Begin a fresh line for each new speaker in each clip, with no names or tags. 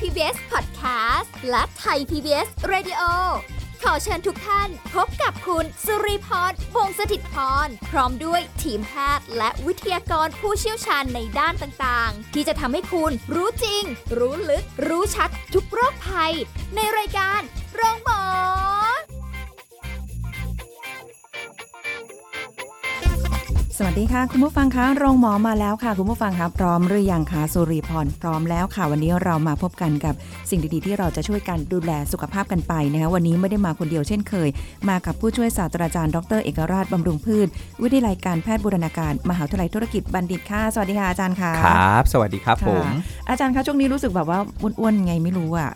PBS Podcast และไทย PBS Radio ขอเชิญทุกท่านพบกับคุณสุริพรวงศสถิตพร พร้อมด้วยทีมแพทย์และวิทยากรผู้เชี่ยวชาญในด้านต่างๆ ที่จะทำให้คุณรู้จริง รู้ลึก รู้ชัดทุกโรคภัย ในรายการโรงพยาบาล
สวัสดีค่ะคุณผู้ฟังคะโรงหมอมาแล้วค่ะ คุณผู้ฟังคะพร้อมหรือยังคะสุริพรพร้อมแล้วค่ะ วันนี้เรามาพบกันกับสิ่งดีๆ ที่เราจะช่วยกันดูแลสุขภาพกันไปนะคะวันนี้ไม่ได้มาคนเดียวเช่นเคย มากับผู้ช่วยศาสตราจารย์ดรเอกราชบำรุงพืช วิทยาลัยการแพทย์บูรณาการมหาวิทยาลัยธุรกิจบัณฑิตค่ะสวัสดีค่ะอาจารย์ค่ะ
ครับ สวัสดีครับ
ค่ะ
ผม
อาจารย์คะช่วงนี้รู้สึกแบบว่าอ้วนๆไงไม่รู้อ่ะ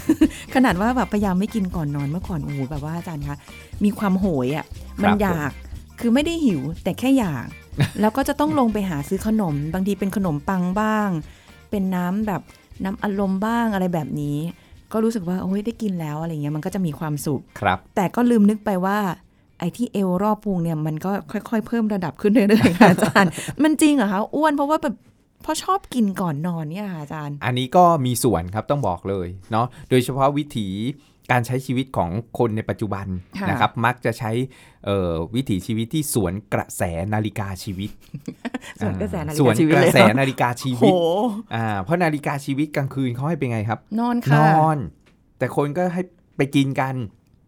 ขนาดว่าแบบพยายามไม่กินก่อนนอนเมื่อก่อนโอ้โหแบบว่าอาจารย์คะมีความโหยอ่ะมัน
ครับ
อยากคือไม่ได้หิวแต่แค่อยาก แล้วก็จะต้องลงไปหาซื้อขนม บางทีเป็นขนมปังบ้าง เป็นน้ำแบบน้ำอารมณ์บ้างอะไรแบบนี้ ก็รู้สึกว่าโอ้ยได้กินแล้วอะไรเงี้ยมันก็จะมีความสุข
ครับ
แต่ก็ลืมนึกไปว่า ไอ้ที่เอวรอบพุงเนี่ยมันก็ค่อยๆ เพิ่มระดับขึ้นเรื่อยๆค่ะอา จารย์ มันจริงเหรอคะอ้วนเพราะว่าแบบเพราะชอบกินก่อนนอนเนี่ยค่ะอาจารย์
อันนี้ก็มีส่วนครับต้องบอกเลยเนาะโดยเฉพาะวิถีการใช้ชีวิตของคนในปัจจุบัน
ค่ะ
นะครับ มักจะใช้เอ่อวิถีชีวิตที่สวนกระแสนาฬิกาชีวิต
ส่วนกระแสนาฬิ
สว
กานชีวิต
กระ
เลย
แส
เหรอ
นาฬิกาชี
โอ้โห
วิตอ่าเพราะนาฬิกาชีวิตกลางคืนเขาให้เป็นไงครับ
นอน
น
ค่ะ
อน แต่คนก็ให้ไปกินกัน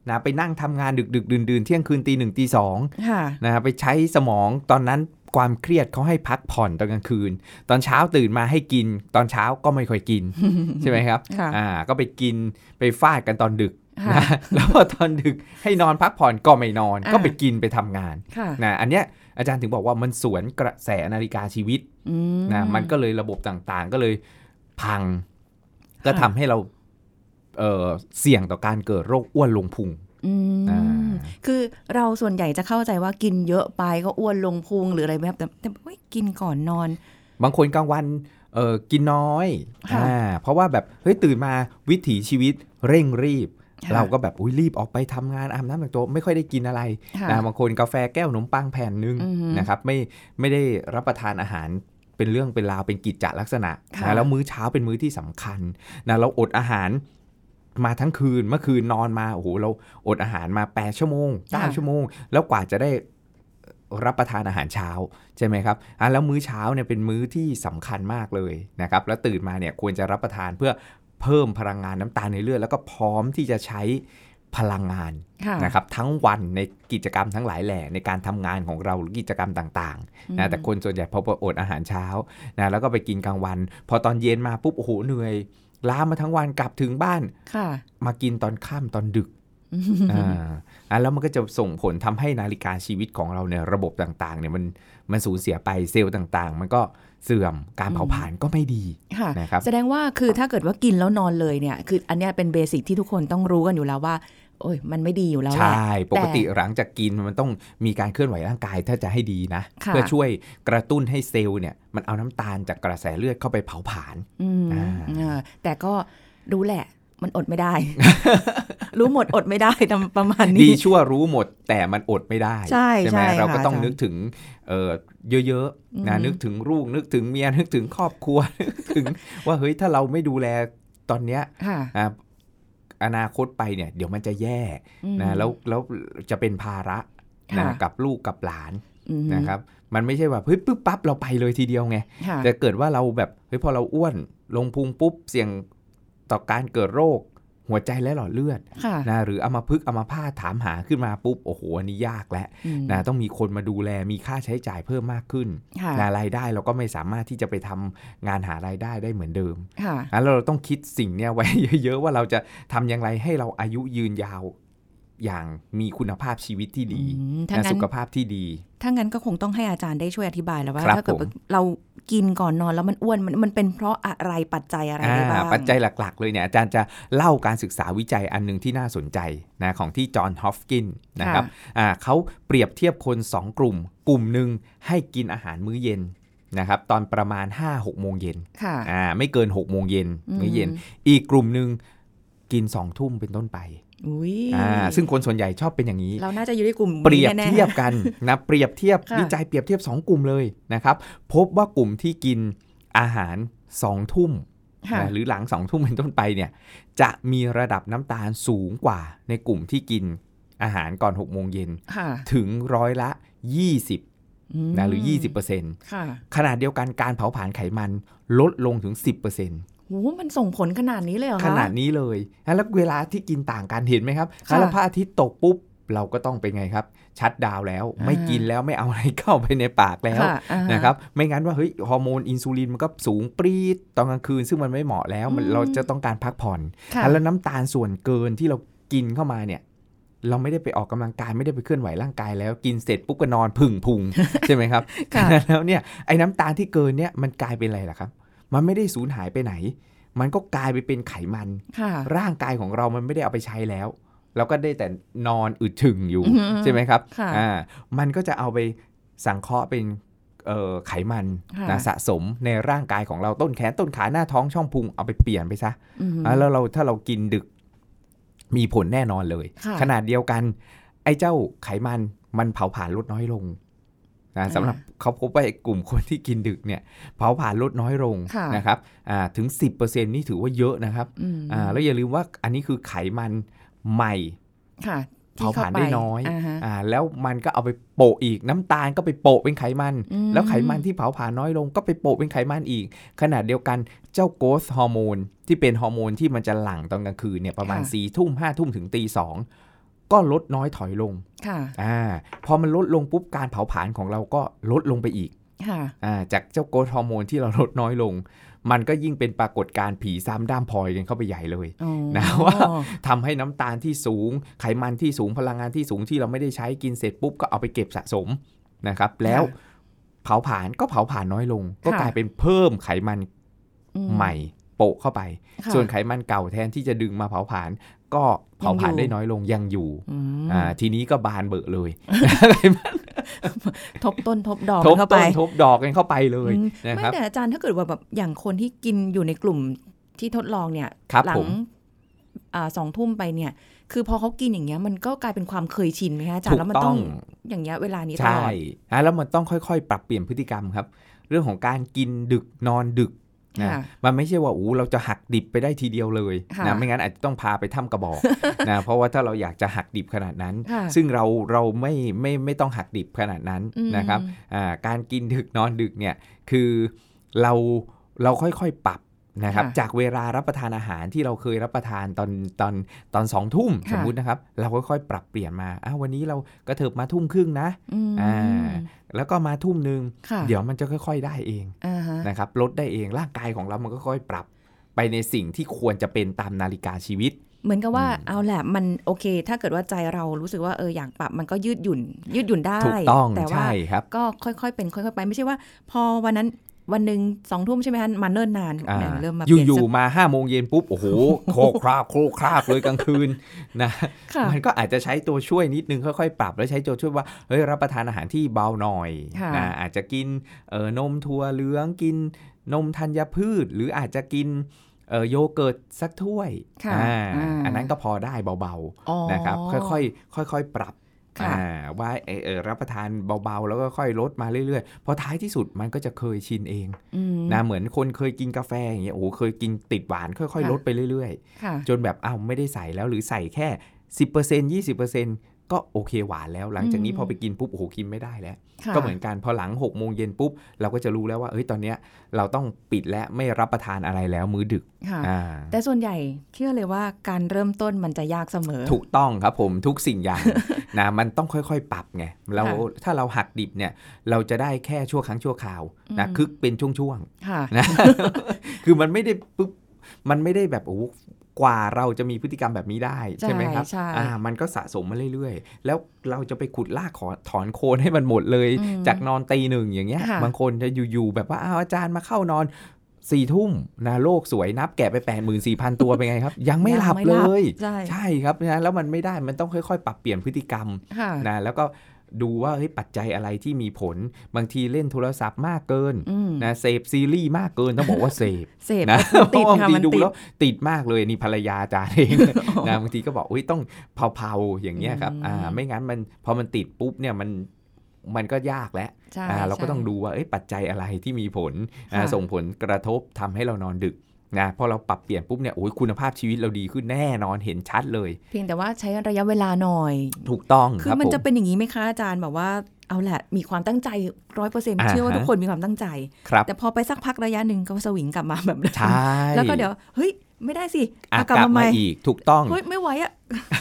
นะไปนั่งทำงานดึกดึกดื่นดื่นๆเที่ยงคืนตีหนึ่งตีสอง
ค่ะ
นะครับไปใช้สมองตอนนั้นความเครียดเขาให้พักผ่อนตอนกลางคืน ตอนเช้าตื่นมาให้กิน ตอนเช้าก็ไม่ค่อยกิ น ใช่ไหมครับ
ค่ะ
อ่าก็ไปกินไปฟาดกันตอนดึก
ค่ะ
นะ แล้วพอตอนดึกให้นอนพักผ่อนก็ไม่นอน
อ่า
ก็ไปกินไปทำงาน
ค่ะ
นะอันเนี้ยอาจารย์ถึงบอกว่ามันสวนกระแสนาฬิกาชีวิต
อืม
นะมันก็เลยระบบต่างๆ ก็เลยพัง ก็
ค่ะ
ทำให้เราเอ่อเสี่ยงต่อการเกิดโรคอ้วนลงพุง
อืม
อ่า
คือเราส่วนใหญ่จะเข้าใจว่ากินเยอะไปก็อ้วนลงพุงหรืออะไรแบบแต่แต่เฮ้ยกินก่อนนอน
บางคนกลางวันเออกินน้อย
ค่ะ
อ่าเพราะว่าแบบเฮ้ยตื่นมาวิถีชีวิตเร่งรีบ
ค่ะ
เราก็แบบอุ้ยรีบออกไปทำงานอาบน้ำแต่งตัวไม่ค่อยได้กินอะไร
ค่ะ
นะบางคนกาแฟแก้วขนมปังแผ่นหนึง
อือหือ
นะครับไม่ไม่ได้รับประทานอาหารเป็นเรื่องเป็นราวเป็นกิจจลักษณะ
ค่ะ
นะแล้วมื้อเช้าเป็นมื้อที่สำคัญนะเราอดอาหารมาทั้งคืนเมื่อคืนนอนมาโอ้โหเราอดอาหารมา 8 ชั่วโมง9ชั่วโมง แล้วกว่าจะได้ รับประทานอาหารเช้าใช่ไหมครับอ่ะแล้วมื้อเช้าเนี่ยเป็นมื้อที่สำคัญมากเลยนะครับ แล้วตื่นมาเนี่ยควรจะรับประทานเพื่อเพิ่มพลังงานน้ำตาลในเลือดแล้วก็พร้อมที่จะใช้พลังงาน
ค่ะ
นะครับ ทั้งวันในกิจกรรมทั้งหลายแหล่ในการทำงานของเราหรือกิจกรรมต่างๆนะแต่คนส่วนใหญ่พออดอาหารเช้านะแล้วก็ไปกินกลางวัน พอตอนเย็นมาปุ๊บโอ้โหเหนื่อยล้ามาทั้งวันกลับถึงบ้าน
ค่ะ
มากินตอนค่ำตอนดึ ก อ่าอ่ะแล้วมันก็จะส่งผลทำให้นาฬิกาชีวิตของเราเนี่ยระบบต่างๆเนี่ยมันมันสูญเสียไปเซลล์ต่างๆ มันก็เสื่อมการเผาผลาญก็ไม่ดี
ค่ะ
นะครับ
แสดงว่าคือถ้าเกิดว่ากินแล้วนอนเลยเนี่ย คืออันเนี้ยเป็นเบสิกที่ทุกคนต้องรู้กันอยู่แล้วว่า โอ้ยมันไม่ดีอยู่แล้วแหละ
ใช่ ปกติหลังจากกินมันต้องมีการเคลื่อนไหวร่างกายถ้าจะให้ดีนะ
ค่ะ
เพื่อช่วยกระตุ้นให้เซลล์เนี่ยมันเอาน้ำตาลจากกระแสเลือดเข้าไปเผาผลาญ
อืม
อ่า
เออแต่ก็รู้แหละ มันอดไม่ได้ รู้หมดอดไม่ได้ทำประมาณ
ดี
นี้
ชั่วรู้หมดแต่มันอดไม่ได้
ใช่
ไหม
ใช่ค่ะ
เราก็ต้อง
อาจารย์
นึกถึงเอ่อเยอะ
อือ
ๆ
หื
นะ
อ
นึกถึงลูกนึกถึงเมียนึกถึงครอบครัว นึกถึงว่าเฮ้ยถ้าเราไม่ดูแลตอนเนี้ย
ค่ะ
อ่ะอนาคตไปเนี่ยเดี๋ยวมันจะแย่นะแล้วแล้วจะเป็นภาระนะ
ค่ะ
กับลูกกับหลาน
อืม
นะครับมันไม่ใช่ว่าเฮ้ยปึ๊บปั๊บเราไปเลยทีเดียวไง
ค่ะ
แต่เกิดว่าเราแบบเฮ้ยพอเราอ้วนลงพุงปุ๊บเสี่ยงต่อการเกิดโรคหัวใจและหลอดเลือด
ค่ะ
นะหรือเอามาพึกษ์เอามาพาดถามหาขึ้นมาปุ๊บ โอ้โหอันนี้ยากแล้ว
อืม
นะต้องมีคนมาดูแลมีค่าใช้จ่ายเพิ่มมากขึ้น
ค่ะ
นะรายได้เราก็ไม่สามารถที่จะไปทำงานหารายได้ได้เหมือนเดิม
ค่ะ
นะแล้วเราต้องคิดสิ่งเนี้ยไว้ เยอะๆว่าเราจะทำอย่างไรให้เราอายุยืนยาวอย่างมีคุณภาพชีวิตที่ดี
อืมถ้างั้น
นะสุขภาพที่ดี
ถ้างั้นก็คงต้องให้อาจารย์ได้ช่วยอธิบายแล้วว่า
ครับ
ถ้าเกิด
ผม
เรากินก่อนนอนแล้วมันอ้วนมันมันเป็นเพราะอะไรปัจจัยอะไรได้บ้าง
อ่าปัจจัยหลัก ๆ เลยเนี่ยอาจารย์จะเล่าการศึกษาวิจัยอันหนึ่งที่น่าสนใจนะของที่จอห์นฮอฟกินนะครับอ่าเขาเปรียบเทียบคน 2 กลุ่ม กลุ่มหนึ่งให้กินอาหารมื้อเย็นนะครับตอนประมาณ 5-6 โมงเย็น
ค่ะ
อ่าไม่เกิน 6 โมงเย็น
อืม
มื้อเย็น อีกกลุ่มหนึ่งกิน 2 ทุ่มเป็นต้นไป
อุ้ย
อ่าซึ่งคนส่วนใหญ่ชอบเป็นอย่างนี้
เราน่าจะอยู่ในกลุ่มนี้
เปรียบ
แน่ๆ
เทียบกันนะเปรียบเทียบ
ค่ะ
วิจัยเปรียบเทียบ 2 กลุ่มเลยนะครับ พบว่ากลุ่มที่กินอาหาร2ทุ่ม
ค่ะ
นะหรือหลังสองทุ่มเป็นต้นไปเนี่ยจะมีระดับน้ำตาลสูงกว่าในกลุ่มที่กินอาหารก่อน6กโมงเย็น
ค่ะ
ถึงร้อยละ 20
ม
นะหรือ 20%
ค่ะ
ขนาดเดียวกันการเผาผลาญไขมันลดลงถึง 10%
โหมันส่งผลขนาดนี้เลยเหรอคะ
ขนาดนี้เลย แล้วเวลาที่กินต่างกันเห็นไหมครับ
ค่ะ
แล้วพระอาทิตย์ตกปุ๊บ เราก็ต้องเป็นไงครับ ชัดดาวน์แล้ว
อ่า
ไม่กินแล้วไม่เอาอะไรเข้าไปในปากแล้ว
ค่ะอ่า
นะครับ ไม่งั้นว่าเฮ้ยฮอร์โมนอินซูลินมันก็สูงปรีดตอนกลางคืน ซึ่งมันไม่เหมาะแล้วมัน
อืม
เราจะต้องการพักผ่อน
ค่ะ
แล้วน้ำตาลส่วนเกินที่เรากินเข้ามาเนี่ย เราไม่ได้ไปออกกำลังกายไม่ได้ไปเคลื่อนไหวร่างกายแล้วกินเสร็จปุ๊บก็นอนพึ่งพุง ใช่ไหมครับ
ค่ะ
แล้วเนี่ยไอ้น้ำตาลที่เกินเนี่ยมันกลายเป็นอะไรล่ะครับ มันไม่ได้สูญหายไปไหน มันก็กลายไปเป็นไขมัน
ค่ะ
ร่างกายของเรามันไม่ได้เอาไปใช้แล้ว เราก็ได้แต่นอนอึดถึงอยู่
อือหือ
ใช่ไหมครับ
ค่ะ
อ่ามันก็จะเอาไปสังเคราะห์เป็นเอ่อไขมัน
ค่ะ
นะสะสมในร่างกายของเราต้นแขนต้นขาหน้าท้องช่องพุงเอาไปเปลี่ยนไปซะ
อืม
อ่ะแล้วเราถ้าเรากินดึกมีผลแน่นอนเลย
ค่ะ
ขนาดเดียวกัน ไอ้เจ้าไขมันมันเผาผลาญลดน้อยลงนะ
อ่า
สำหรับเขาพบว่าไอ้กลุ่มคนที่กินดึกเนี่ยเผาผลาญลดน้อยลง
ค่ะ
นะครับอ่าถึง 10%นี่ถือว่าเยอะนะครับ
อืม
อ่าแล้วอย่าลืมว่าอันนี้คือไขมันใหม่
ค่ะที่
เผาผลาญได้น้อย
าฮะ
อ่าแล้วมันก็เอาไปโปะอีกน้ำตาลก็ไปโปะเป็นไขมัน
อื
แล้วไขมันที่เผาผลาญน้อยลงก็ไปโปะเป็นไขมันอีก ขนาดเดียวกันเจ้าโกสฮอร์โมนที่เป็นฮอร์โมนที่มันจะหลั่งตอนกลางคืนเนี่ยประมาณ4ี่ทุ่มห้าทุ่มถึงตีสองก็ลดน้อยถอยลง
ค่ะ
อ่าพอมันลดลงปุ๊บการเผาผลาญของเราก็ลดลงไปอีก
ค่ะ
อ่าจากเจ้าโกสฮอร์โมนที่เราลดน้อยลง มันก็ยิ่งเป็นปรากฏการณ์ผีซ้ำด้ามพลอยกันเข้าไปใหญ่เลย
อ๋อ
นะว่า ทำให้น้ำตาลที่สูง ไขมันที่สูงพลังงานที่สูงที่เราไม่ได้ใช้กินเสร็จปุ๊บก็เอาไปเก็บสะสมนะครับแล้วเผาผลาญก็เผาผลาญน้อยลง ก็กลายเป็นเพิ่มไขมัน
อื
ใหม่โปะเข้าไป
ค่ะ
ส่วนไขมันเก่าแทนที่จะดึงมาเผาผลาญก็เผาผลาญ
ยังอยู่
ได้น้อยลงยังอยู่
อืม
อ่าทีนี้ก็บานเบอะเลย
ทบต้นทบดอก
ทบ
เข้าไป
ต้นทบดอกกันเข้าไปเลย
อืม
นะค
ไม่
รับ
แต่อาจารย์ถ้าเกิดว่าแบบอย่างคนที่กินอยู่ในกลุ่มที่ทดลองเนี่ย
ครับ
หลั
ผม
อ่าสองทุ่มไปเนี่ย คือพอเขากินอย่างเงี้ยมันก็กลายเป็นความเคยชินไหมคะอาจารย์แล้วมันต้องอย่างเงี้ยเวลานี้ตล
ใช่
อด
อ่ะแล้วมันต้องค่อยๆ ปรับเปลี่ยนพฤติกรรมครับ เรื่องของการกินดึกนอนดึกนะ
ค่ะ
มันไม่ใช่ว่าอู้เราจะหักดิบไปได้ทีเดียวเลย
ค่ะ
นะไม่งั้นอาจจะต้องพาไปถ้ำกระ บอก นะเพราะว่าถ้าเราอยากจะหักดิบขนาดนั้น
ค่ะ
ซึ่งเราเราไม่ไม่ไม่ต้องหักดิบขนาดนั้น
อืม
นะครับอ่าการกินดึกนอนดึกเนี่ยคือเราเราค่อยๆปรับนะครับ
ค่ะ
จากเวลารับประทานอาหารที่เราเคยรับประทานตอนตอนตอนสองทุ่ม
ค่ะ
สมมุตินะครับ เราค่อยๆ ปรับเปลี่ยนมาอ้าววันนี้เรากระเถิบมาทุ่มครึ่งนะ
อืม
อ่าแล้วก็มาทุ่มหนึ่ง
ค่ะ
เดี๋ยวมันจะค่อย ๆ ได้เอง
อ่าฮะ
นะครับลดได้เองร่างกายของเรามันก็ค่อยปรับ ไปในสิ่งที่ควรจะเป็นตามนาฬิกาชีวิต
เหมือนกับว่า
อืม
เอาแหละมันโอเค ถ้าเกิดว่าใจเรารู้สึกว่าเอออยากปรับมันก็ยืดหยุ่น ยืดหยุ่นได้
ถูกต้อง
แต่ว่า
ใช่ครับ
ก็ค่อยๆเป็นค่อยๆไปไม่ใช่ว่า พอวันนั้นวันหนึ่งสองทุ่มใช่ไหมคะมาเนิ่นนาน
อ่า
แหมเริ่มมาเป
อ
ลี่ยน
ยู่
สัก
ๆมาห้าโมงเย็นปุ๊บ โอ้โห โครกคราบโครกคราบเลยกลางคืนนะ
ค่ะ
มันก็อาจจะใช้ตัวช่วยนิดนึงค่อยๆ ปรับแล้วใช้ตัวช่วยว่าเฮ้ยรับประทานอาหารที่เบาหน่อย
ค่ะ
นะอาจจะกินเอ่อนมถั่วเหลืองกินนมธัญพืช หรืออาจจะกินเอ่อโยเกิร์ตสักถ้วย
ค่ะ
อ่า
อ่า
อันนั้นก็พอได้เบาๆ
อ๋อ
นะครับค่อยๆค่อยๆปรับ
ค่ะ
อ่าว่าเอ่อเอ่อรับประทานเบาๆ แล้วก็ค่อยลดมาเรื่อยๆเพอท้ายที่สุดมันก็จะเคยชินเอง
อืม
นะเหมือนคนเคยกินกาแฟอย่างเงี้ยโอ้โหเคยกินติดหวานค่อย
ค่ะ
ๆ ลดไปเรื่อย
ค่ะ
ๆ จนแบบอ้าวไม่ได้ใส่แล้วหรือใส่แค่ 10% 20%ก็โอเคหวานแล้ว หลังจากนี้
อืม
พอไปกินปุ๊บโอ้โหกินไม่ได้แล้ว
ค่ะ
ก็เหมือนกันพอหลัง6กโมงเย็นปุ๊บเราก็จะรู้แล้วว่าเอ้ยตอนเนี้ยเราต้องปิดและไม่รับประทานอะไรแล้วมื้อดึก
ค่ะ
อ่า
แต่ส่วนใหญ่เชื่อเลยว่าการเริ่มต้นมันจะยากเสมอ
ถูกต้องครับผมทุกสิ่ง อย่าง นะมันต้องค่อยๆ ปรับไงเรา
ค่ะ
ถ้าเราหักดิบเนี่ยเราจะได้แค่ชั่วครั้งชั่วคราวนะ
อืม
คึกเป็นช่วง
ค่ะ
ๆนะ คือมันไม่ได้ปุ๊บมันไม่ได้แบบโอ้โหกว่าเราจะมีพฤติกรรมแบบนี้ได้ ใช่ไหมครับ
ใช่ใช่
อ่ามันก็สะสมมาเรื่อยๆ แล้วเราจะไปขุดลากขอถอนโคนให้มันหมดเลย
อืม
จากนอนตีหนึ่งอย่างเงี้ย
ค่ะ
บางคนจะอยู่ๆแบบว่าอ้าวอาจารย์มาเข้านอนสี่ทุ่มนะโลกสวยนับแกะไป8 4 0 0 0 ตัวเป็นไงครับ ยังไม่หลับเลย
ใช่
ใช่ครับนะแล้วมันไม่ได้มันต้องค่อยๆ ปรับเปลี่ยนพฤติกรรม
ค่ะ
นะแล้วก็ดูว่าเฮ้ยปัจจัยอะไรที่มีผล บางทีเล่นโทรศัพท์มากเกิน
อืม
นะเสพซีรีส์มากเกิน ต้องบอกว่าเสพ
เสพ
นะ
มัน
เพ
ติด
ราะว่า
ค่ะ
บางที
มัน
ดู
ติด
แล้วติดมากเลยนี่ภรรยาอาจารย์ เองนะบางทีก็บอกอุ้ยต้องเผาๆอย่างเงี้ยครับ
อืม
อ่าไม่งั้นมันพอมันติดปุ๊บเนี่ยมันมันก็ยากแล้ว
ใช่
อ่าเราก็
ใช่
ต้องดูว่าเอ้ยปัจจัยอะไรที่มีผลอ่า
ค่ะ
ส่งผลกระทบทำให้เรานอนดึก นะพอเราปรับเปลี่ยนปุ๊บเนี่ยโอ้ยคุณภาพชีวิตเราดีขึ้นแน่นอนเห็นชัดเลย
เพียงแต่ว่าใช้ระยะเวลาหน่อย
ถูกต้อง
คื
ค
อ
รับ
มัน
ผม
จะเป็นอย่างนี้ไหมคะอาจารย์แบบว่าเอาแหละมีความตั้งใจร้อยเปอร์เซ็นต์
อ่าฮะ
เชื่อว่าทุกคนมีความตั้งใจ
ครับ
แต่พอไปสักพักระยะหนึ่งก็สวิงกลับมาแบบเดิม
ใช่
แล้วก็เดี๋ยวเฮ้ยไม่ได้สิ
อ่ะ
เอา
กลับ
ให
มาอีกถูกต้อง
เฮ้ยไม่ไหวอะ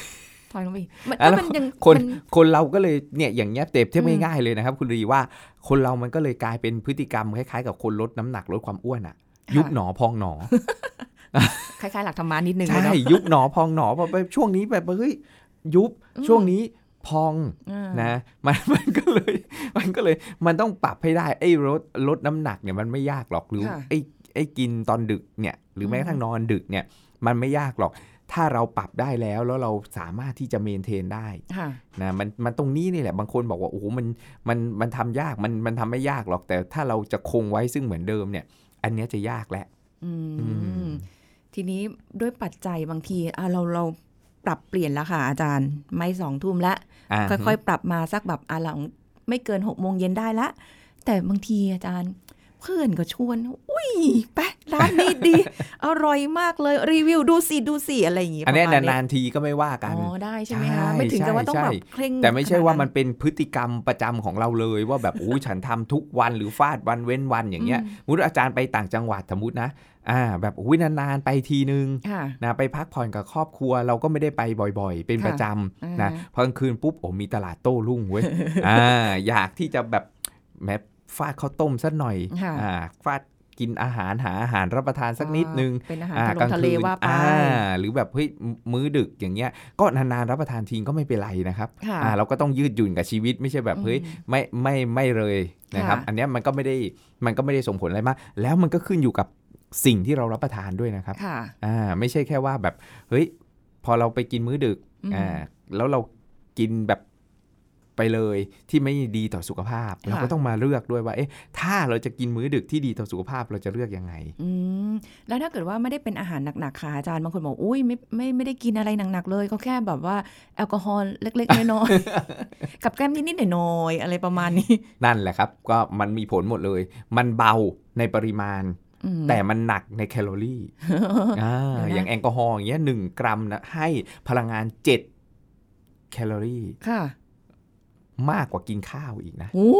ถอยลงไปอีกมัน
อ่ะ
ก็
แล้ว
มันยัง
คน
มั
คนเราก็เลยเนี่ยอย่างเงี้ยเต็บเทียบ
อืม
ง่ายๆเลยนะครับ คุณรีว่าคนเรามันก็เลยกลายเป็นพฤติกรรมคล้ายๆ กับคนลดน้ำหนักลดความอ้วนอะยุบหนอพองหนอ
คล้ายๆหลักธรรมานิดนึง
ใช่
เลยเนอะ
ยุบหนอพองหนอแบบช่วงนี้แบบเฮ้ยยุบช่วงนี้พอง
อืม
นะ มันมันก็เลย มันก็เลยมันต้องปรับให้ได้ไอ้ลดลดน้ำหนักเนี่ยมันไม่ยากหรอกหรือ
ค่ะ
ไอ้ไอ้กินตอนดึกเนี่ยหรือแม้กระทั่งนอนดึกเนี่ยมันไม่ยากหรอก ถ้าเราปรับได้แล้วแล้วเราสามารถที่จะเมนเทนได้
ค่ะ
นะมันมันตรงนี้นี่แหละบางคนบอกว่าโอ้โหมันมันมันทำยากมันมันทำไม่ยากหรอกแต่ถ้าเราจะคงไว้ซึ่งเหมือนเดิมเนี่ยอันเนี้ยจะยากแหละ
อืม
อืม
ทีนี้ด้วยปัจจัยบางทีอ่ะเราเราปรับเปลี่ยนแล้วค่ะอาจารย์ ไม่สองทุ่มละ
อ่า
ค่อยๆ ปรับมาสักแบบอ่ะหลังไม่เกินหกโมงเย็นได้ละ แต่บางทีอาจารย์เพื่อนก็ชวน อุ้ยไปร้านนี้ดี อร่อยมากเลยรีวิวดูสิดูสิอะไรอย่างงี้
อันเนี้ย
ประมณ
นานๆทีก็ไม่ว่ากัน
อ๋อได้ใช่ไหมคะ
ใช่
ไม่ถึงกับว่าต้อง
ใช่
แบบเคร่ง
แต่ไม่ใช่ว่ามัน
ขด
เป็นพฤติกรรมประจำของเราเลย ว่าแบบ โอ้ยฉันทำทุกวันหรือฟาดวันเว้นวันอย่างเงี้ย
อืม
สมมุติอาจารย์ไปต่างจังหวัดสมมตินะ อ่า แบบอุ้ยนานๆไปทีนึง
ค่ะ
นะไปพักผ่อนกับครอบครัวเราก็ไม่ได้ไปบ่อยๆ เป็น
ค่ะ
ประจ
อ่า
ำ
น
นะพอกลางคืนปุ๊บโอ้มีตลาดโต้รุ่ง เว้ย อ่าอยากที่จะแบบแหมฟาดข้าวต้มสักหน่อย
ค่ะ
อ่าฟาดกินอาหารหาอาหารรับประทานสักนิดนึง
เป็นอาหาร
อ่
ทะลงทะเลว่าไป
อ่าหรือแบบเฮ้ยมมื้อดึกอย่างเงี้ย ก็นานๆรับประทานทิ้งก็ไม่เป็นไรนะครับ
ค่ะ
อ่าเราก็ต้องยืดหยุ่นกับชีวิตไม่ใช่แบบเฮ้ย
อืม
ไม่ไม่ไม่เลยนะครับ
ค่ะ
อันเนี้ยมันก็ไม่ได้มันก็ไม่ได้ส่งผลอะไรมาก แล้วมันก็ขึ้นอยู่กับสิ่งที่เรารับประทานด้วยนะครับ
ค่ะ
อ่าไม่ใช่แค่ว่าแบบเฮ้ยพอเราไปกินมื้อดึก
อืม
อ่าแล้วเรากินแบบไปเลยที่ไม่ดีต่อสุขภาพ เราก็ต้องมาเลือกด้วยว่าเอ๊ะถ้าเราจะกินมื้อดึกที่ดีต่อสุขภาพเราจะเลือกยังไง
อืมแล้วถ้าเกิดว่าไม่ได้เป็นอาหารหนักๆค่ะอาจารย์บางคนบอกอุ้ยไม่ไม่ไม่ได้กินอะไรหนักๆเลยก็แค่แบบว่าแอลกอฮอล์เล็กๆน้อย ๆ กับแกล้มนิดๆหน่อยๆอะไรประมาณนี้
นั่นแหละครับ ก็มันมีผลหมดเลย มันเบาในปริมาณ
อืม
แต่มันหนักในแคลอรี่ อ่า
เดี๋ยวนะ
อย่างแอลกอฮอล์อย่างเงี้ยหนึ่งกรัมนะให้พลังงาน 7 แคลอรี่
ค่ะ
มากกว่ากินข้าวอีกนะ
โอ้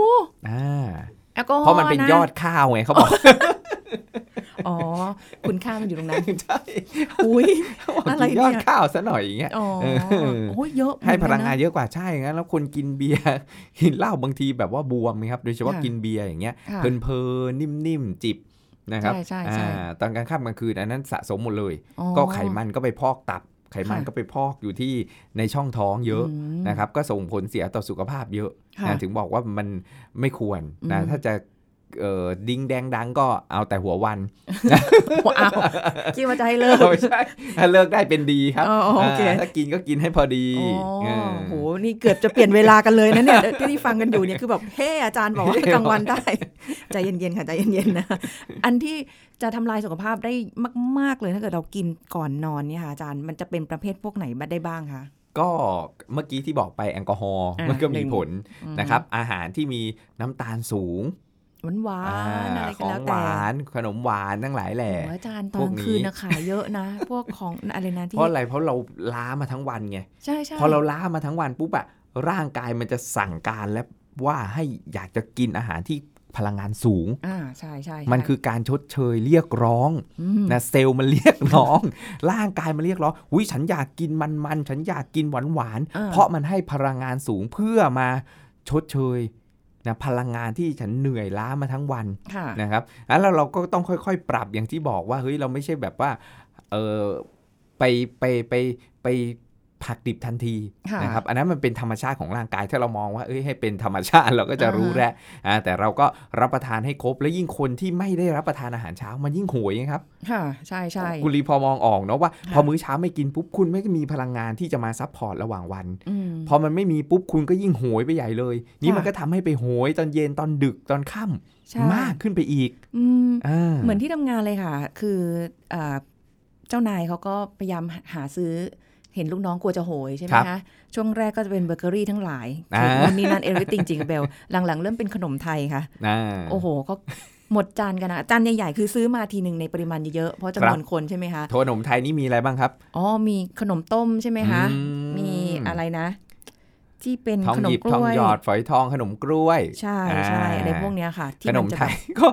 อ่า
แอลกอฮอล์
เพราะมันเป็นยอดข้าวไงเขาบอก
อ๋อ คุณค่ามันอยู่ตรงนั้น
ใช่
อุ้ย
เขาบอก
อะไร
กินยอด
เนี่ย
ข้าวซะหน่อยอย่างเงี้ย
อ๋อ
เออ
โอ้ยเยอะเมื
ให้
อกัะ
พลังงานเยอะกว่าใช่งั้นแล้วคนกินเบียร์ กินเหล้าบางทีแบบว่าบวมครับ โดยเฉพาะ
ค่ะ
กินเบียร์อย่างเงี้ย
ค่ะ
เพลินๆนิ่มๆจิบนะครับ
ใช่ใช่ใช่
อ่าตอนกลางค่ำกลางคืนอันนั้นสะสมหมดเลย
อ๋อ
ก็ไขมันก็ไปพอกตับ ไขมัน
ค่ะ
ก็ไปพอกอยู่ที่ในช่องท้องเยอะ
ม
นะครับก็ส่งผลเสียต่อสุขภาพเยอะ
ค่ะ
นะถึงบอกว่ามันไม่ควร
อื
นะ
ม
ถ้าจะเอ่อดิ้งแดงดังก็เอาแต่หัววัน
ว้าว คิดว่าจะให้เลิก
ไม่ใช่ถ้าเลิกได้เป็นดีครับ
อ๋อโอเค
าถ้ากินก็กินให้พอดี
อ๋
เอ
อ
อ
โห นี่เกือบจะเปลี่ยนเวลากันเลยนะเนี่ย ที่นี่ฟังกันอยู่เนี่ยคือแบบเฮ้อาจารย์บอกว่า กลางวันได้ ใจเย็นๆค่ะใจเย็นๆนะ อันที่จะทำลายสุขภาพได้มาก ๆ เลยถ้าเกิดเรากินก่อนนอนเนี่ยค่ะอาจารย์มันจะเป็นประเภทพวกไหนบ้างได้บ้างคะ
ก็เมื่อกี้ที่บอกไปแอลกอฮอล์
อ่ามั
มันก็
หนึ่
มี
ง
ผลนะครับอาหารที่มีน้ำตาลสูง
หวานหวานๆอะไร
ข
ก็
อง
แล้ว
ห
แต่
วานขนมหวานทั้งหลายแห
โอ้
ล่
โหอาจารย์ตอน
พ
ก
วก
ลาง
นี้
คืนนะขายเยอะ นะ พวกของอะไรนะที่
เพราะอะไรเพราะเราล้ามาทั้งวันไง
ใช่ใช่
พอเราล้ามาทั้งวันปุ๊บอะร่างกายมันจะสั่งการและว่าให้อยากจะกินอาหารที่พลังงานสูง
อ่าใช่ใช่
มันคือการชดเชยเรียกร้องนะเซลล์มันเรียกร้อง ร่างกายมันเรียกร้องอุ้ยฉันอยากกินมันมันๆฉันอยากกินหวานหวานๆเพ
เพ
ราะมันให้พลังงานสูงเพื่อมาชดเชยนะพลังงานที่ฉันเหนื่อยล้ามาทั้งวัน
ค่ะ
นะครับแล้วเราเราก็ต้องค่อยๆ ปรับอย่างที่บอกว่าเฮ้ยเราไม่ใช่แบบว่าเออไปไปไปไปผักดิบทันที
ค่ะ
นะครับอันนั้นมันเป็นธรรมชาติของร่างกายถ้าเรามองว่าเอ้ยให้เป็นธรรมชาติ เราก็จะรู้แล้วอ่าแต่เราก็รับประทานให้ครบ และยิ่งคนที่ไม่ได้รับประทานอาหารเช้ามันยิ่งโหวยครับ
ค่ะใช่ใช่
คุณรีพอมองออกเนาะว่า
ค่ะ
พอมื้อเช้าไม่กินปุ๊บคุณไม่มีพลังงานที่จะมาซัพพอร์ตระหว่างวัน
อืม
พอมันไม่มีปุ๊บคุณก็ยิ่งโหวยไปใหญ่เลย นี่
ค่ะ
มันก็ทำให้ไปโหวยตอนเย็นตอนดึกตอนค่ำ
ใช่
มากขึ้นไปอีก
อืม
อ่า
เหมือนที่ทำงานเลยค่ะ คือเอ่อเจ้านายเขาก็พยายามหาซื้อ เห็นลูกน้องกลัวจะโหยใช่ไหม
ครั
คะ
บ
ช่วงแรกก็จะเป็นเบเกอรี่ทั้งหลาย
อ่า
เค้กนู่นนี่นั่นเอริติงจิงเบล หลังๆ เริ่มเป็นขนมไทยค่ะ
อ่า
โอ้โห ก็ หมดจานกันนะจานใหญ่ๆคือซื้อมาทีหนึ่งในปริมาณเยอะๆเพราะจำนวนคนใช่ไหมคะ
โทนมไทยนี่มีอะไรบ้างครับ
อ๋อมีขนมต้มใช่ไหมคะ
อืม
มีอะไรนะ ที่เป็น
ทอง
ขน
ห
ม
ยิบ
กล้
ทอง
วย
หยอดฝอยทองขนมกล้วย
ใช่ใช่
า
อะไรพวกเนี้ยค่ะ ที่
ขนม
จะ
ไท
แบบ
ยก็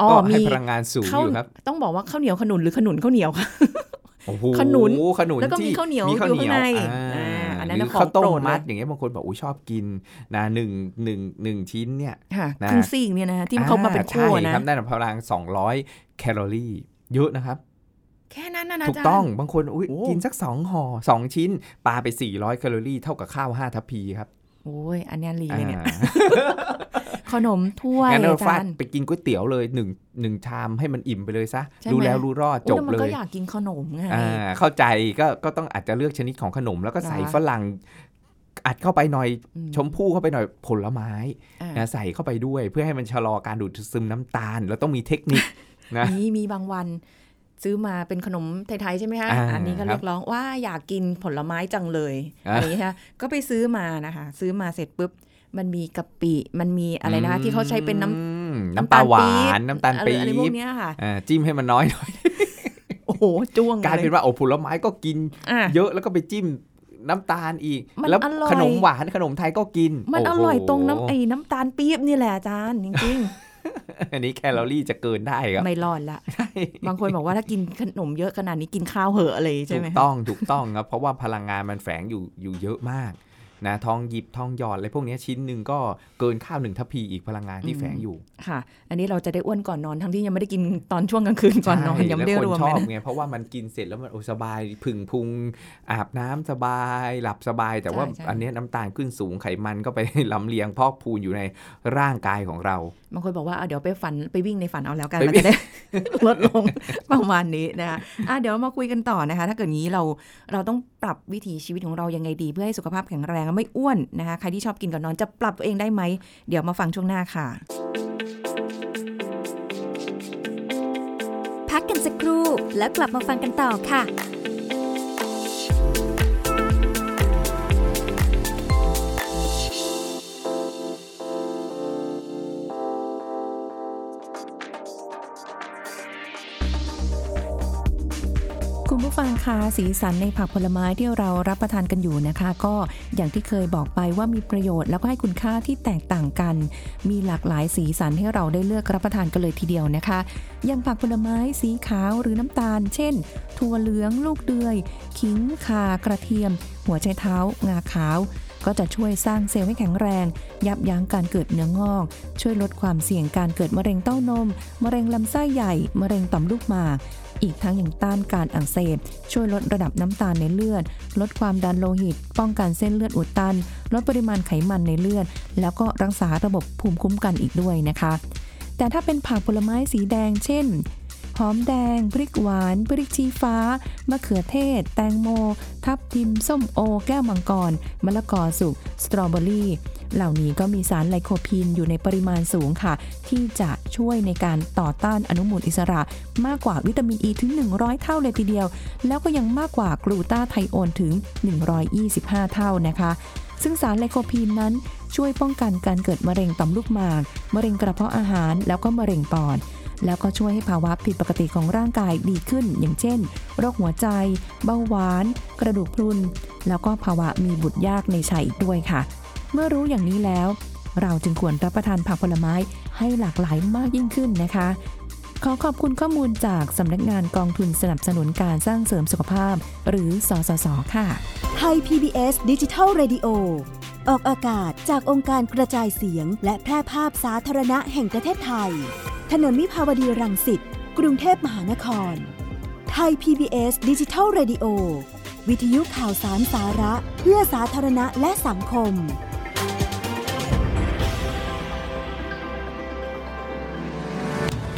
อ๋อ
ก็
มี
ให้พลังงานสูงอ
ข้าว
ยู่ครับ
ต้องบอกว่าข้าวเหนียวขนุนหรือขนุนข้าวเหนียวค่ะ
โอ้โห
ขนุน
ขนุน
แล้วก็มี
ที่
ข้าวเหนียว
มีข้าวเหนี
อ
ยว
ยู่ข้างใน
อ่า
อ่าอันนั้น
หรื
น่ะ
ข้าวต้ม
ของโปรดเลย
มัดอย่างเงี้ยบางคนบอกอุ้ยชอบกินนะหนึ่งหนึ่งหนึ่งชิ้นเนี่ย
ค่ะ
นะ
ครึ่งซีกเนี่ยนะที่เขามาเป็น
อ่
คู่
ใช่
นะครับ
นั่นนะพลัง 200 แคลอรี่ เยอะนะครับ
แค่นั้นนะนะ
ถูก
จ๊ะ
ต้องบางคนอุย
โอ้
กินสัก 2ห่อ2 ชิ้น ปาไป 400 แคลอรี่ เท่ากับข้าว 5 ทัพพีครับ
โอ้ยอันเนี้ยลีเลยเนี่ย
อ่า
ขนมถ้วย
งั้นเรา
อา
ฟา
จา
ด
รย์
ไปกินก๋วยเตี๋ยวเลย1งชามให้มันอิ่มไปเลยซะ
ใช่ไหม
รู้แล้วรู้รอดจ
อุ๊ย
บ
แล้วมัน
เล
ก็
ย
อยากกินขนมไง
อ่าเข้าใจก็ก็ต้องอาจจะเลือกชนิดของขนม แล้วก็ใส่
เหรอ
ฝรั่ง อัดเข้าไปหน่อย
อื
ชมพู่เข้าไปหน่อยผลไม้
อ่า
นะใส่เข้าไปด้วย เพื่อให้มันชะลอการดูดซึมน้ำตาล แล้วต้องมีเทคนิค นะ
มีมีบางวันซื้อมาเป็นขนมไทยๆใช่ไหมคะ
อ่า
อันนี้ก็
ครับ
เรียกร้องว่าอยากกินผลไม้จังเลย
อ่ะ
อันนี้ค่ะก็ไปซื้อมานะคะ ซื้อมาเสร็จปุ๊บ มันมีกะปิ มันมีอะไรนะคะที่เขาใช้เป็นน้ำ
อืม
น้ำ
น้ำปลาหวา
ปี๊
น
บ
น้ำตาล
อะไร
ปี๊
อะไรพว
บ
กเนี้ยค่ะ
อ่าจิ้มให้มันน้อยหน่อย
โอ้โหจ้วง
กลายเป็น
เลย
ว่าโอ้ผลไม้ก็กิน
อ่ะ
เยอะแล้วก็ไปจิ้มน้ำตาลอีก
มัน
แล้ว
อร่อย
ขนมหวานขนมไทยก็กิน
มันอร่อย
โโห
ตรงน้ำ ไอ้น้ำตาลปี๊บนี่แหละอาจารย์จริง
อันนี้แคลอรี่จะเกินได้ครับ
ๆ ไม่รอดละ บางคนบอกว่าถ้ากินขนมเยอะขนาดนี้กินข้าวเหอะอะไรใช่
ถู
ไหม
กต้องถูกต้องครับ เพราะว่าพลังงานมันแฝงอยู่อยู่เยอะมากนะทองหยิบทองหยอดอะไรพวกเนี้ยชิ้นหนึ่งก็เกินข้าวหนึ่งทัพพีอีกพลังงานที่แฝงอยู่
ค่ะ อันนี้เราจะได้อ้วนก่อนนอนทั้งที่ยังไม่ได้กินตอนช่วงกลางคืนก่อนนอน
ใช่
ยังไม่ได้
แล้ว
รวม
ค
เล
นช
ย
อบ
นะ
ไงเพราะว่ามันกินเสร็จแล้วมันโอสบายผึ่งพุงอาบน้ำสบายหลับสบาย แต่ว่า
ใช่ใช่
อันเนี้ยน้ำตาลขึ้นสูงไขมันก็ไป ลำเลียงพอกพูนอยู่ในร่างกายของเรา
บางคนบอกว่าเอาเดี๋ยวไปฝันไปวิ่งในฝันเอาแล้วกัน
ไป
มัน
วิ่ง
จะได้ ลดลงประมาณนี้นะคะอ่ะเดี๋ยวมาคุยกันต่อนะคะ ถ้าเกิดงี้เราเราต้องปรับวิถีชีวิตของเรายังไงดี เพื่อให้สุขภาพแข็งแรงและไม่อ้วนนะคะ ใครที่ชอบกินกับนอนจะปรับตัวเองได้ไหม เดี๋ยวมาฟังช่วงหน้าค่ะ
พักกันสักครู่แล้วกลับมาฟังกันต่อค่ะ
คุณผู้ฟังคะสีสันในผักผลไม้ที่เรารับประทานกันอยู่นะคะ ก็อย่างที่เคยบอกไปว่ามีประโยชน์แล้วก็ให้คุณค่าที่แตกต่างกัน มีหลากหลายสีสันให้เราได้เลือกรับประทานกันเลยทีเดียวนะคะ อย่างผักผลไม้สีขาวหรือน้ำตาล เช่น ถั่วเหลืองลูกเดือย ขิงข่ากระเทียม หัวไชเท้า งาขาว ก็จะช่วยสร้างเซลล์ให้แข็งแรง ยับยั้งการเกิดเนื้องอก ช่วยลดความเสี่ยงการเกิดมะเร็งเต้านม มะเร็งลำไส้ใหญ่ มะเร็งต่อมลูกหมาก อีกทั้งยังต้านการอักเสบ ช่วยลดระดับน้ำตาลในเลือด ลดความดันโลหิต ป้องกันเส้นเลือดอุดตัน ลดปริมาณไขมันในเลือด แล้วก็รักษาระบบภูมิคุ้มกันอีกด้วยนะคะ แต่ถ้าเป็นผักผลไม้สีแดง เช่น หอมแดง พริกหวาน พริกชี้ฟ้า มะเขือเทศ แตงโม ทับทิม ส้มโอ แก้วมังกร มะละกอสุก สตรอเบอรี่ เหล่านี้ก็มีสารไลโคพีนอยู่ในปริมาณสูงค่ะ ที่จะช่วยในการต่อต้านอนุมูลอิสระ มากกว่าวิตามินอ e ีถึง 100 เท่าเลยทีเดียว แล้วก็ยังมากกว่ากลูตาไทโอนถึง 125 เท่านะคะ ซึ่งสารไลโคพีนนั้นช่วยป้องกันการเกิดมะเร็งต่อมลูกหมาก มะเร็งกระเพาะอาหาร แล้วก็มะเร็งปอด แล้วก็ช่วยให้ภาวะผิดปกติของร่างกายดีขึ้น อย่างเช่น โรคหัวใจ เบาหวาน กระดูกพรุน แล้วก็ภาวะมีบุตรยากในชายอีกด้วยค่ะ เมื่อรู้อย่างนี้แล้ว เราจึงควรรับประทานผักผลไม้ให้หลากหลายมากยิ่งขึ้นนะคะ ขอขอบคุณข้อมูลจากสำนักงานกองทุนสนับสนุนการสร้างเสริมสุขภาพ หรือสสส ค่ะ
ไทย PBS ดิจิทัล Radio ออกอากาศจากองค์การกระจายเสียง และแพร่ภาพสาธารณะแห่งประเทศไทย ถนนวิภาวดีรังสิต กรุงเทพมหานคร ไทย PBS ดิจิทัล Radio วิทยุข่าวสารสาระ เพื่อสาธารณะและสังคม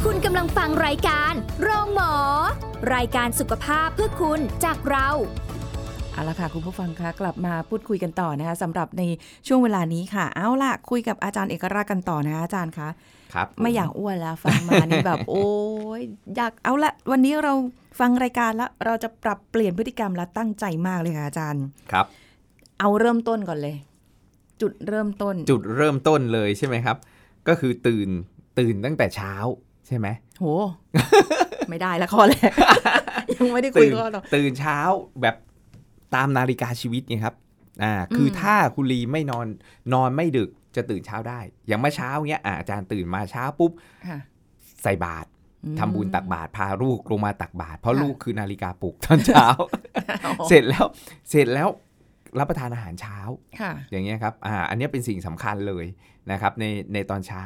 คุณกำลังฟังรายการโรงหมอ รายการสุขภาพเพื่อคุณจากเรา
เอาละค่ะ คุณผู้ฟังคะกลับมาพูดคุยกันต่อนะคะสำหรับในช่วงเวลานี้ค่ะ เอาละคุยกับอาจารย์เอกราชกันต่อนะคะอาจารย์คะ
ครับ
ไม่อยากอ้วนแล้วฟังมานี่ แบบ โอ้ยอยากเอาละวันนี้เราฟังรายการละเราจะปรับเปลี่ยนพฤติกรรมและตั้งใจมากเลยค่ะอาจารย์
ครับ
เอาเริ่มต้นก่อนเลย จุดเริ่มต้น
จุดเริ่มต้นเลยใช่ไหมครับ ก็คือตื่นตื่นตั้งแต่เช้า ใช่ไหม
โห ไม่ได้ละข้อแรก ยังไม่ได้คุย
ตื่น
ข้อต่อ
ตื่นเช้าแบบตามนาฬิกาชีวิตไงครับอ่าคืออ
ม
ถ้าคุณลีไม่นอนนอนไม่ดึกจะตื่นเช้าได้ อย่างเมื่อเช้าเนี้ยอ่ะอาจารย์ตื่นมาเช้าปุ๊บ
ค่ะ
ใส่บาตร
อืม
ทำบุญตักบาตรพาลูกลงมาตักบาตรเพราะ
ค่ะ
ลูกคือนาฬิกาปลุกตอนเช้า
อ๋ อ
เสร็จแล้วเสร็จแล้วรับประทานอาหารเช้า
ค่ะ
อย่างเงี้ยครับอ่าอันเนี้ยเป็นสิ่งสำคัญเลยนะครับในในตอนเช้า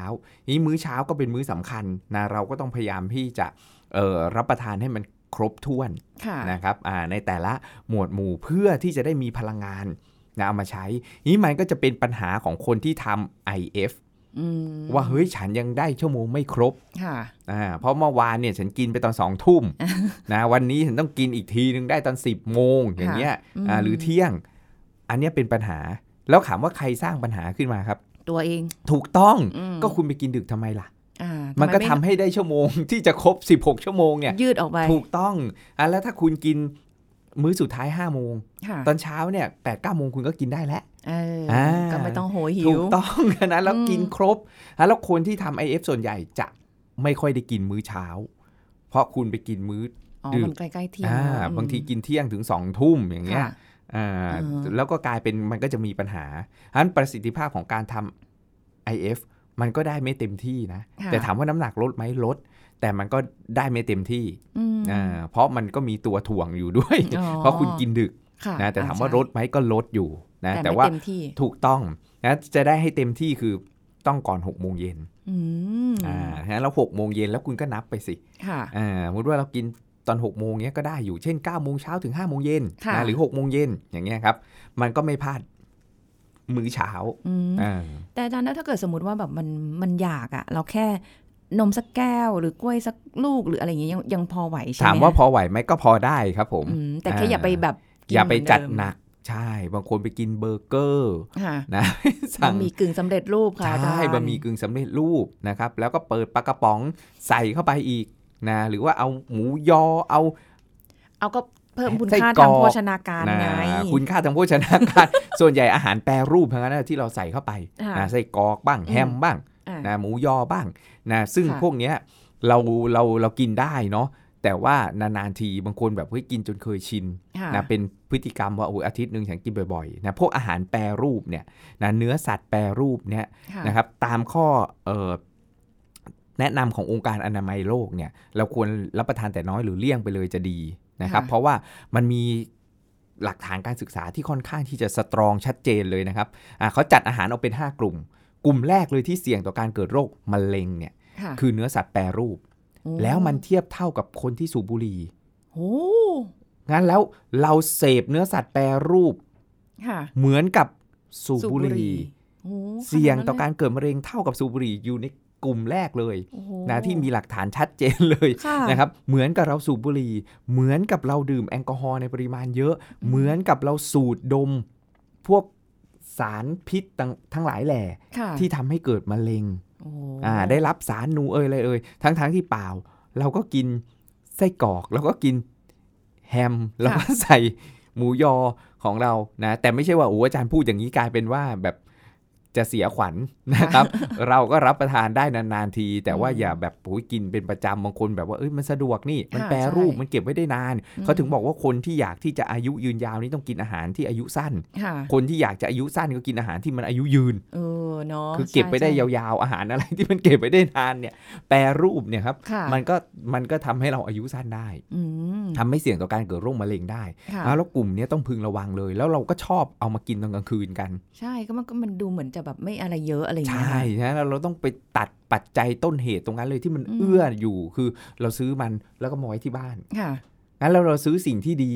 นี้มื้อเช้าก็เป็นมื้อสำคัญนะเราก็ต้องพยายามที่จะเอ่อรับประทานให้มันครบถ้วน
ค่ะ
นะครับอ่าในแต่ละหมวดหมู่เพื่อที่จะได้มีพลังงานนะเอามาใช้นี้มันก็จะเป็นปัญหาของคนที่ทำ IF
อืม
ว่าเฮ้ยฉันยังได้ชั่วโมงไม่ครบ
ค่ะ
อ่าเพราะเมื่อวานเนี่ยฉันกินไปตอนสอง ทุ่ม นะวันนี้ฉันต้องกินอีกทีนึงได้ตอนสิบโมงอย่างเงี้ย
อืม
อ่าหรือเที่ยง อันเนี้ยเป็นปัญหา แล้วถามว่าใครสร้างปัญหาขึ้นมาครับ
ตัวเอง
ถูกต้อง
อืม
ก็คุณไปกินดึกทำไมล่ะ
อ่าำไ
มันก็ทำ
ไ
ให้ได้ชั่วโมง ที่จะครบ 16 ชั่วโมงเนี่ย
ยืดออกไป
ถูกต้องอ่ะแล้วถ้าคุณกินมื้อสุดท้าย5้าโมง
ค่ะ
ตอนเช้าเนี่ยแปดเก้าโมงคุณก็กินได้แล้ว
เออ
อ่า
ก็ไม่ต้องโหยหิ
ถู
ว
กต้อง นะแล้วกินครบนะแล้วคนที่ทำ IF ส่วนใหญ่จะไม่ค่อยได้กินมื้อเช้า เพราะคุณไปกินมื้อ
อ๋อ
ดื่ม
มันใกล้ๆเที่ยง
อ่า
แล้วอืม
บางทีกินเที่ยงถึงสองทุ่มอย่างเงี้ย
ค่ะ
อ่า
อ่า
แล้วก็กลายเป็นมันก็จะมีปัญหาอันประสิทธิภาพของการทำ IF มันก็ได้ไม่เต็มที่นะ
ค่ะ
แต่ถามว่าน้ำหนักลดไหมลด แต่มันก็ได้ไม่เต็มที่
อืม
อ่าเพราะมันก็มีตัวถ่วงอยู่ด้วย
อ๋อ
เพราะคุณกินดึก
ค่ะ
นะแต่
อ่
ถามว่า
ใช่
ลดไหมก็ลดอยู่นะ
แต่
แต่
ไม่
ว่า
เต็มที่
ถูกต้องนะจะได้ให้เต็มที่คือต้องก่อน6กโมงเย็น
อืม
อ่าฉะนั้นแล้วหกโมงเย็นแล้วคุณก็นับไปสิ
ค่ะ
อ่าสมมติว่าเรากินตอน6กโมงเนี้ยก็ได้อยู่เช่น9ก้าโมงเช้าถึง5้าโมงเย็น
ค่ะ
นะหรือ6กโมงเย็นอย่างเงี้ยครับ มันก็ไม่พลาดมื้อเช้า
อืม
อ่า
แต่อาจารย์นะถ้าเกิดสมมติว่าแบบมันมันอยากอะเราแค่นมสักแก้วหรือกล้วยสักลูกหรืออะไรอย่างเงี้ยยังยังพอไหวใช่ไหม
ถามว่าพอไหวไหมก็พอได้ครับผม
อืมแต่แค่อย่าไปแบบกิน
อย่าไปจัด
เมเม
หนักใช่ บางคนไปกินเบอร์เกอร์
ค่ะ
นะ สั่
บะ
ง
หมี่กึ่งสำเร็จรูปค่ะอาจาร
ใช่
ย์
บะหมี่กึ่งสำเร็จรูปนะครับ แล้วก็เปิดปลากระป๋องใส่เข้าไปอีกนะหรือว่าเอาหมูยอเอา
เอาก็เพิ่มคุณ
ไส้
ค่าก
ร
ทาง
อก
โภชนาการไง
นะคุณค่าทางโภชนาการ ส่วนใหญ่อาหารแปรรูปทั้งนั้นนะที่เราใส่เข้าไป
ค่ะ
นะไส้กรอกบ้าง
อืม
แฮมบ้าง
อ่ะ
นะหมูยอบ้างนะซึ่ง
ค่ะ
พวกเนี้ยเราเราเรากินได้เนาะแต่ว่านานๆทีบางคนแบบเฮ้ยกินจนเคยชิน
ค่ะ
นะเป็นพฤติกรรมว่าโอ้ยอาทิตย์หนึ่งฉันกินบ่อยๆนะพวกอาหารแปรรูปเนี่ยนะเนื้อสัตว์แปรรูปเนี่ย
ค่ะ
นะครับตามข้อเอ่อแนะนำขององค์การอนามัยโลกเนี่ยเราควรรับประทานแต่น้อยหรือเลี่ยงไปเลยจะดีนะครับ เพราะว่ามันมีหลักฐานการศึกษาที่ค่อนข้างที่จะสตรองชัดเจนเลยนะครับอ่ะเขาจัดอาหารออกเป็น 5 กลุ่ม กลุ่มแรกเลยที่เสี่ยงต่อการเกิดโรคมะเร็งเนี่ย
ค่ะ
คือเนื้อสัตว์แปรรูป
โอ้
แล้วมันเทียบเท่ากับคนที่สูบบุหรี่
โอ้
งั้นแล้วเราเสพเนื้อสัตว์แปรรูป
ค่ะ
เหมือนกับสูบบุหรี่
โอ้
เสี่ยงต่อ
ขนดนั้นล
การเกิดมะเร็งเท่ากับสูบบุหรี่อยู่ในกลุ่มแรกเลย
โอ้โห
นะที่มีหลักฐานชัดเจนเลย
ค่ะ
นะครับเหมือนกับเราสูบบุหรี่เหมือนกับเราดื่มแอลกอฮอล์ในปริมาณเยอะ เหมือนกับเราสูดดม พวกสารพิษต่างทั้งหลายแหล่
ค่ะ
ที่ทำให้เกิดมะเร็ง
โอ้
อ่าได้รับสารนูเอ่ยอะไรเอ่ยทั้งๆทที่เปล่า เราก็กินไส้กรอกเราก็กินแฮมเราก็ใส่หมูยอของเรานะแต่ไม่ใช่ว่าโอ้อาจารย์พูดอย่างนี้กลายเป็นว่าแบบจะเสียขวัญนะครับ เราก็รับประทานได้นานๆที แต่ว่าอย่าแบบโอ้ยกินเป็นประจำบางคนแบบว่าเอ้ยมันสะดวกนี่มันแปรรูปมันเก็บไว้ได้นาน เขาถึงบอกว่าคนที่อยากที่จะอายุยืนยาวนี่ต้องกินอาหารที่อายุสั้น
ค่ะ
คนที่อยากจะอายุสั้นก็กินอาหารที่มันอายุยืน
เออเนาะ
คือเก็บไปได้
ใช่ใช่
ยาวๆ อาหาร อะไรที่มันเก็บไปได้นานเนี่ย แปรรูปเนี่ยครับ
ค่ะ
มันก็มันก็ทำให้เราอายุสั้นได้
อืม
ทำให้เสี่ยงต่อการเกิดโรคมะเร็งได้
ค่ะ
อ่ะแล้วกลุ่มเนี้ยต้องพึงระวังเลย แล้วเราก็ชอบเอามากินตอนกลางคืนกัน
ใช่ก็มันก็มันดูเหมือนจะแบบไม่อะไรเยอะอะไรอย่าง
ใช
เงี้ย่ค่ะ
ใช่แล้วเราต้องไปตัดปัจจัยต้นเหตุตรงนั้นเลยที่มัน
อืม
เอื้ออยู่คือเราซื้อมันแล้วก็มาไว้ที่บ้าน
ค่ะ
งั้นแล้วเราซื้อสิ่งที่ดี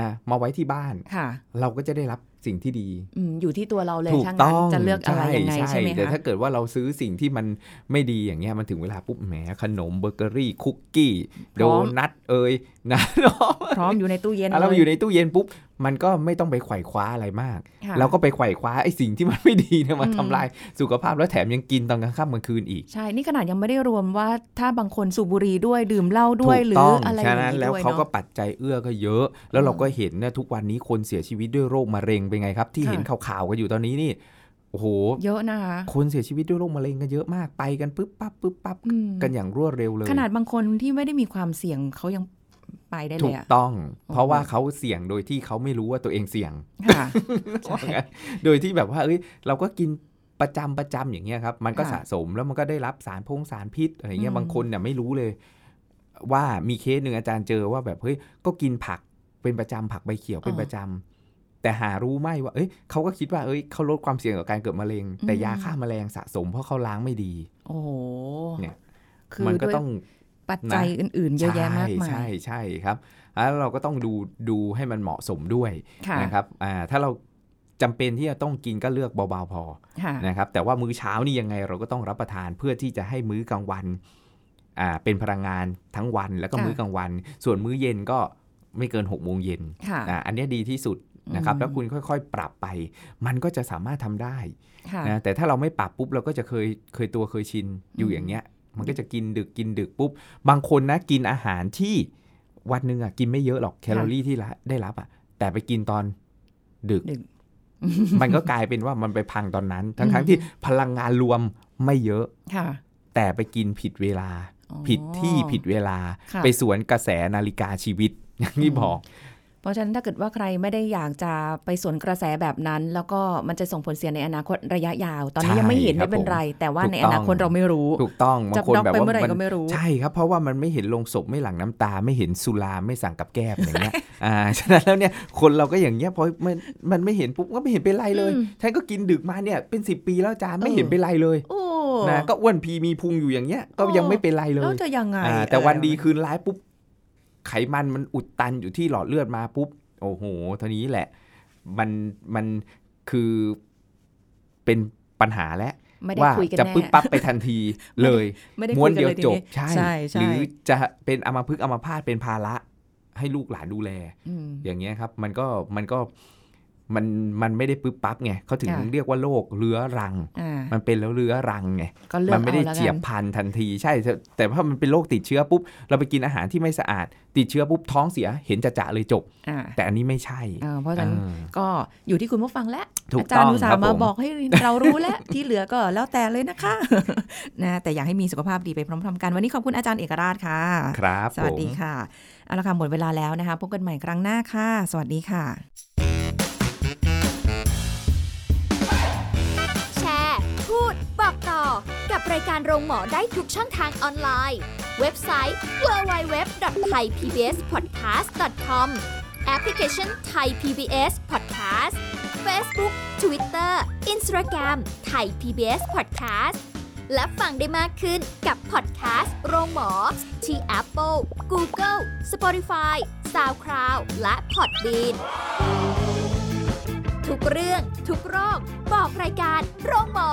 นะมาไว้ที่บ้าน
ค่ะ
เราก็จะได้รับสิ่งที่ดี
อืมอยู่ที่ตัวเราเลย
ถูก
ช่าง
ต้อง
จะเลือกอะไรยังไงใช่ไหม
แต่
คะ
ถ้าเกิดว่าเราซื้อสิ่งที่มันไม่ดีอย่างเงี้ยมันถึงเวลาปุ๊บแหมขนมเบเกอรี่คุกกี้โดนัทเอ่ยนะน้อง
พร้อมอยู่ในตู้เย็น
อ่ะเรา
ล
อยู่ในตู้เย็นปุ๊บ มันก็ไม่ต้องไปไขว่คว้าอะไรมาก
ค่ะ
เราก็ไปไขว่คว้าไอ้สิ่งที่มันไม่ดีเนี่ยมา
อืม
ทำลายสุขภาพแล้วแถมยังกินตอนกลางค่ำกลางคืนอีก
ใช่นี่ขนาดยังไม่ได้รวมว่าถ้าบางคนสูบบุหรี่ด้วยดื่มเหล้า
ถู
ด้วย
ก
หรื
ต้
อ
อง
อะไรอ
ฉะ
ย่าง
นั้น
นี้
แล้ว
ด้วย
เขาก็
เนาะ
ปัจจัยเอื้อก็เยอะ แล้วเรา
อืม
ก็เห็นเนี่ยทุกวันนี้คนเสียชีวิตด้วยโรคมะเร็งเป็นไงครับ ที่
ค่ะ
เห็นข่าวๆกันอยู่ตอนนี้นี่ โอ้โห
เยอะนะคะ
คนเสียชีวิตด้วยโรคมะเร็งกันเยอะมากไปกันปุ๊บปั๊บปุ๊บปั๊บ
อืม
กันอย่างรวดเร็วเลย
ขนาดบางคนที่ไม่ได้มีความเสี่ยงเขายังไปได้เล
ถู
ย
ก
อะ
ต้อง
โอ้โห
เพราะว่าเขาเสี่ยงโดยที่เขาไม่รู้ว่าตัวเองเสี่ยง
ค่ะ ใช่
โดยที่แบบว่าเอ้ยเราก็กินประจำประจำอย่างเงี้ยครับ มันก็
ค่ะ
สะสมแล้วมันก็ได้รับสารพงสารพิษอะไรเงี้
อื
ย
ม
บางคนเนี่ยไม่รู้เลย ว่ามีเคสหนึ่งอาจารย์เจอว่าแบบเฮ้ยก็กินผักเป็นประจำผักใบเขียวเป็นประจำแต่หารู้ไหมว่า เอ้ยเขาก็คิดว่าเอ้ยเขาลดความเสี่ยงต่อการเกิดมะเร็ง แต่ยาฆ่าแมลงสะสมเพราะเขาล้างไม่ดี
โอ้โห
เนี่ย
คือ
มันก็
ด้วย
ต้อง
ปัจจัยอื่นๆ เยอะแยะมากมา
ใช่
ย
ใช่ใช่ครับแล้วเราก็ต้องดูดูให้มันเหมาะสมด้วย
ค่ะ
นะครับอ่าถ้าเราจำเป็นที่จะต้องกินก็เลือกเบาๆพอ
ค่ะ
นะครับแต่ว่ามื้อเช้านี่ยังไงเราก็ต้องรับประทานเพื่อที่จะให้มื้อกลางวันอ่าเป็นพลังงานทั้งวันแล้วก็
ค่ะ
มื้อกลางวัน ส่วนมื้อเย็นก็ไม่เกิน6กโมงเย็น
ค่ะ
อ่าอันเนี้ยดีที่สุดนะครับแล้วคุณค่อยๆ ปรับไป มันก็จะสามารถทำได้
ค่ะ
นะแต่ถ้าเราไม่ปรับปุ๊บเราก็จะเคยเคยตัวเคยชินอยู่
อืม
อย่างเงี้ย มันก็จะกินดึกกินดึกปุ๊บ บางคนนะกินอาหารที่วันหนึ่งอ่ะกินไม่เยอะหรอกแคลอรี่ที่ละได้รับอ่ะแต่ไปกินตอนดึก
หนึ่ง
มันก็กล ายเป็นว่ามันไปพังตอนนั้น ทั้ง
อื
ทั้
ม
งที่พลังงานรวมไม่เยอะ
ค่ะ
แต่ไปกินผิดเวลา
อ๋อ
ผิดที่ผิดเวลา
ค่ะ
ไปสวนกระแสนาฬิกาชีวิต อย่างที่บอก
เพราะฉะนั้นถ้าเกิดว่าใครไม่ได้อยากจะไปสวนกระแสแบบนั้น แล้วก็มันจะส่งผลเสียในอนาคตระยะยาว ตอนนี้
ใช่
ยังไม่เห็น
ครั
ไม่
บ
เป็นไร แต่ว่าในอนาคต
ถูกต้อง
เราไม่รู้
ถูกต้องบางคน
จับดอก
แบบ
ไป
ว่า
เมื่อไหร่ก็ไม่รู้
ใช่ครับ เพราะว่ามันไม่เห็นลงศพไม่หลั่งน้ำตา ไม่เห็นสุราไม่สั่งกับแก้มอย่างเงี้ยอ่า ฉะนั้นแล้วเนี่ยคนเราก็อย่างเงี้ยพอมันมันไม่เห็นปุ๊บก็ไม่เห็นเป็นไรเลยท่านก็กินดึกมาเนี่ยเป็น 10 ปีแล้วจานไม่เห็นเป็นไรเลย
โอ้
นะก็อ้วนพีมีพุงอยู่อย่างเงี้ยก็ยังไม่เป็นไรเล
แล้ว
ย
จะยังไง
อ่าแต่
อะไร
วันดีคืนร้ายปุ๊บไขมันมันอุดตันอยู่ที่หลอดเลือดมาปุ๊บโอ้โหเท่านี้แหละ มันมันคือเป็นปัญหาแล้ว
ไม่ได้
ว่า
คุยกัน
จะ
แน่
ปึ๊บปั๊บไปทันทีเลย
ไม่ได้
ม้วน
คุ
เดียว
กัลที
จบ
นี้ใช่
ห
ใช่
รือจะเป็นอมพึกษ์อมพาตเป็นภาระให้ลูกหลานดูแล
ม
อย่างเงี้ยครับ มันก็มันก็มันมันไม่ได้ปึ๊บปั๊บไงเขาถึง
ค่ะ
เรียกว่าโรคเรื้อรัง
อ่า
มันเป็นแล้วเรื้อรังไง
ก็เลือก
มันไม่ได้
อาแล้วกัน
เฉียบพลันทันทีใช่แต่แต่ถ้ามันเป็นโรคติดเชื้อปุ๊บเราไปกินอาหารที่ไม่สะอาด ติดเชื้อปุ๊บท้องเสียเห็นจะจะเลยจบ
อ่า
แต่อันนี้ไม่ใช่
อ่าเพราะฉะนั้น
อ่า
ก็อยู่ที่คุณผู้ฟังและ
ถูก
อาจารย์
ต้อง
อุตส่า
ครับ
ห์มา
ผม
บอกให้เรารู้แล้ว ที่เหลือก็แล้วแต่เลยนะคะ นะแต่อยากให้มีสุขภาพดีไปพร้อมๆกันวันนี้ขอบคุณอาจารย์เอกราชค่ะ
ครับ
สวัสดี
ผม
ค่ะ เอาละค่ะ หมดเวลาแล้วนะคะ พบกันใหม่ครั้งหน้าค่ะ สวัสดีค่ะ
แชร์ พูด บอกต่อ กับรายการโรงหมอได้ทุกช่องทางออนไลน์ เว็บไซต์ www.thaipbspodcast.com แอปพลิเคชัน Thai PBS Podcast Facebook Twitter Instagram Thai PBS Podcast และฟังได้มากขึ้นกับพอดแคสต์โรงหมอ ที่ Apple, Google, Spotify, SoundCloud และ Podbean ทุกเรื่องทุกโรค บอกรายการโรงหมอ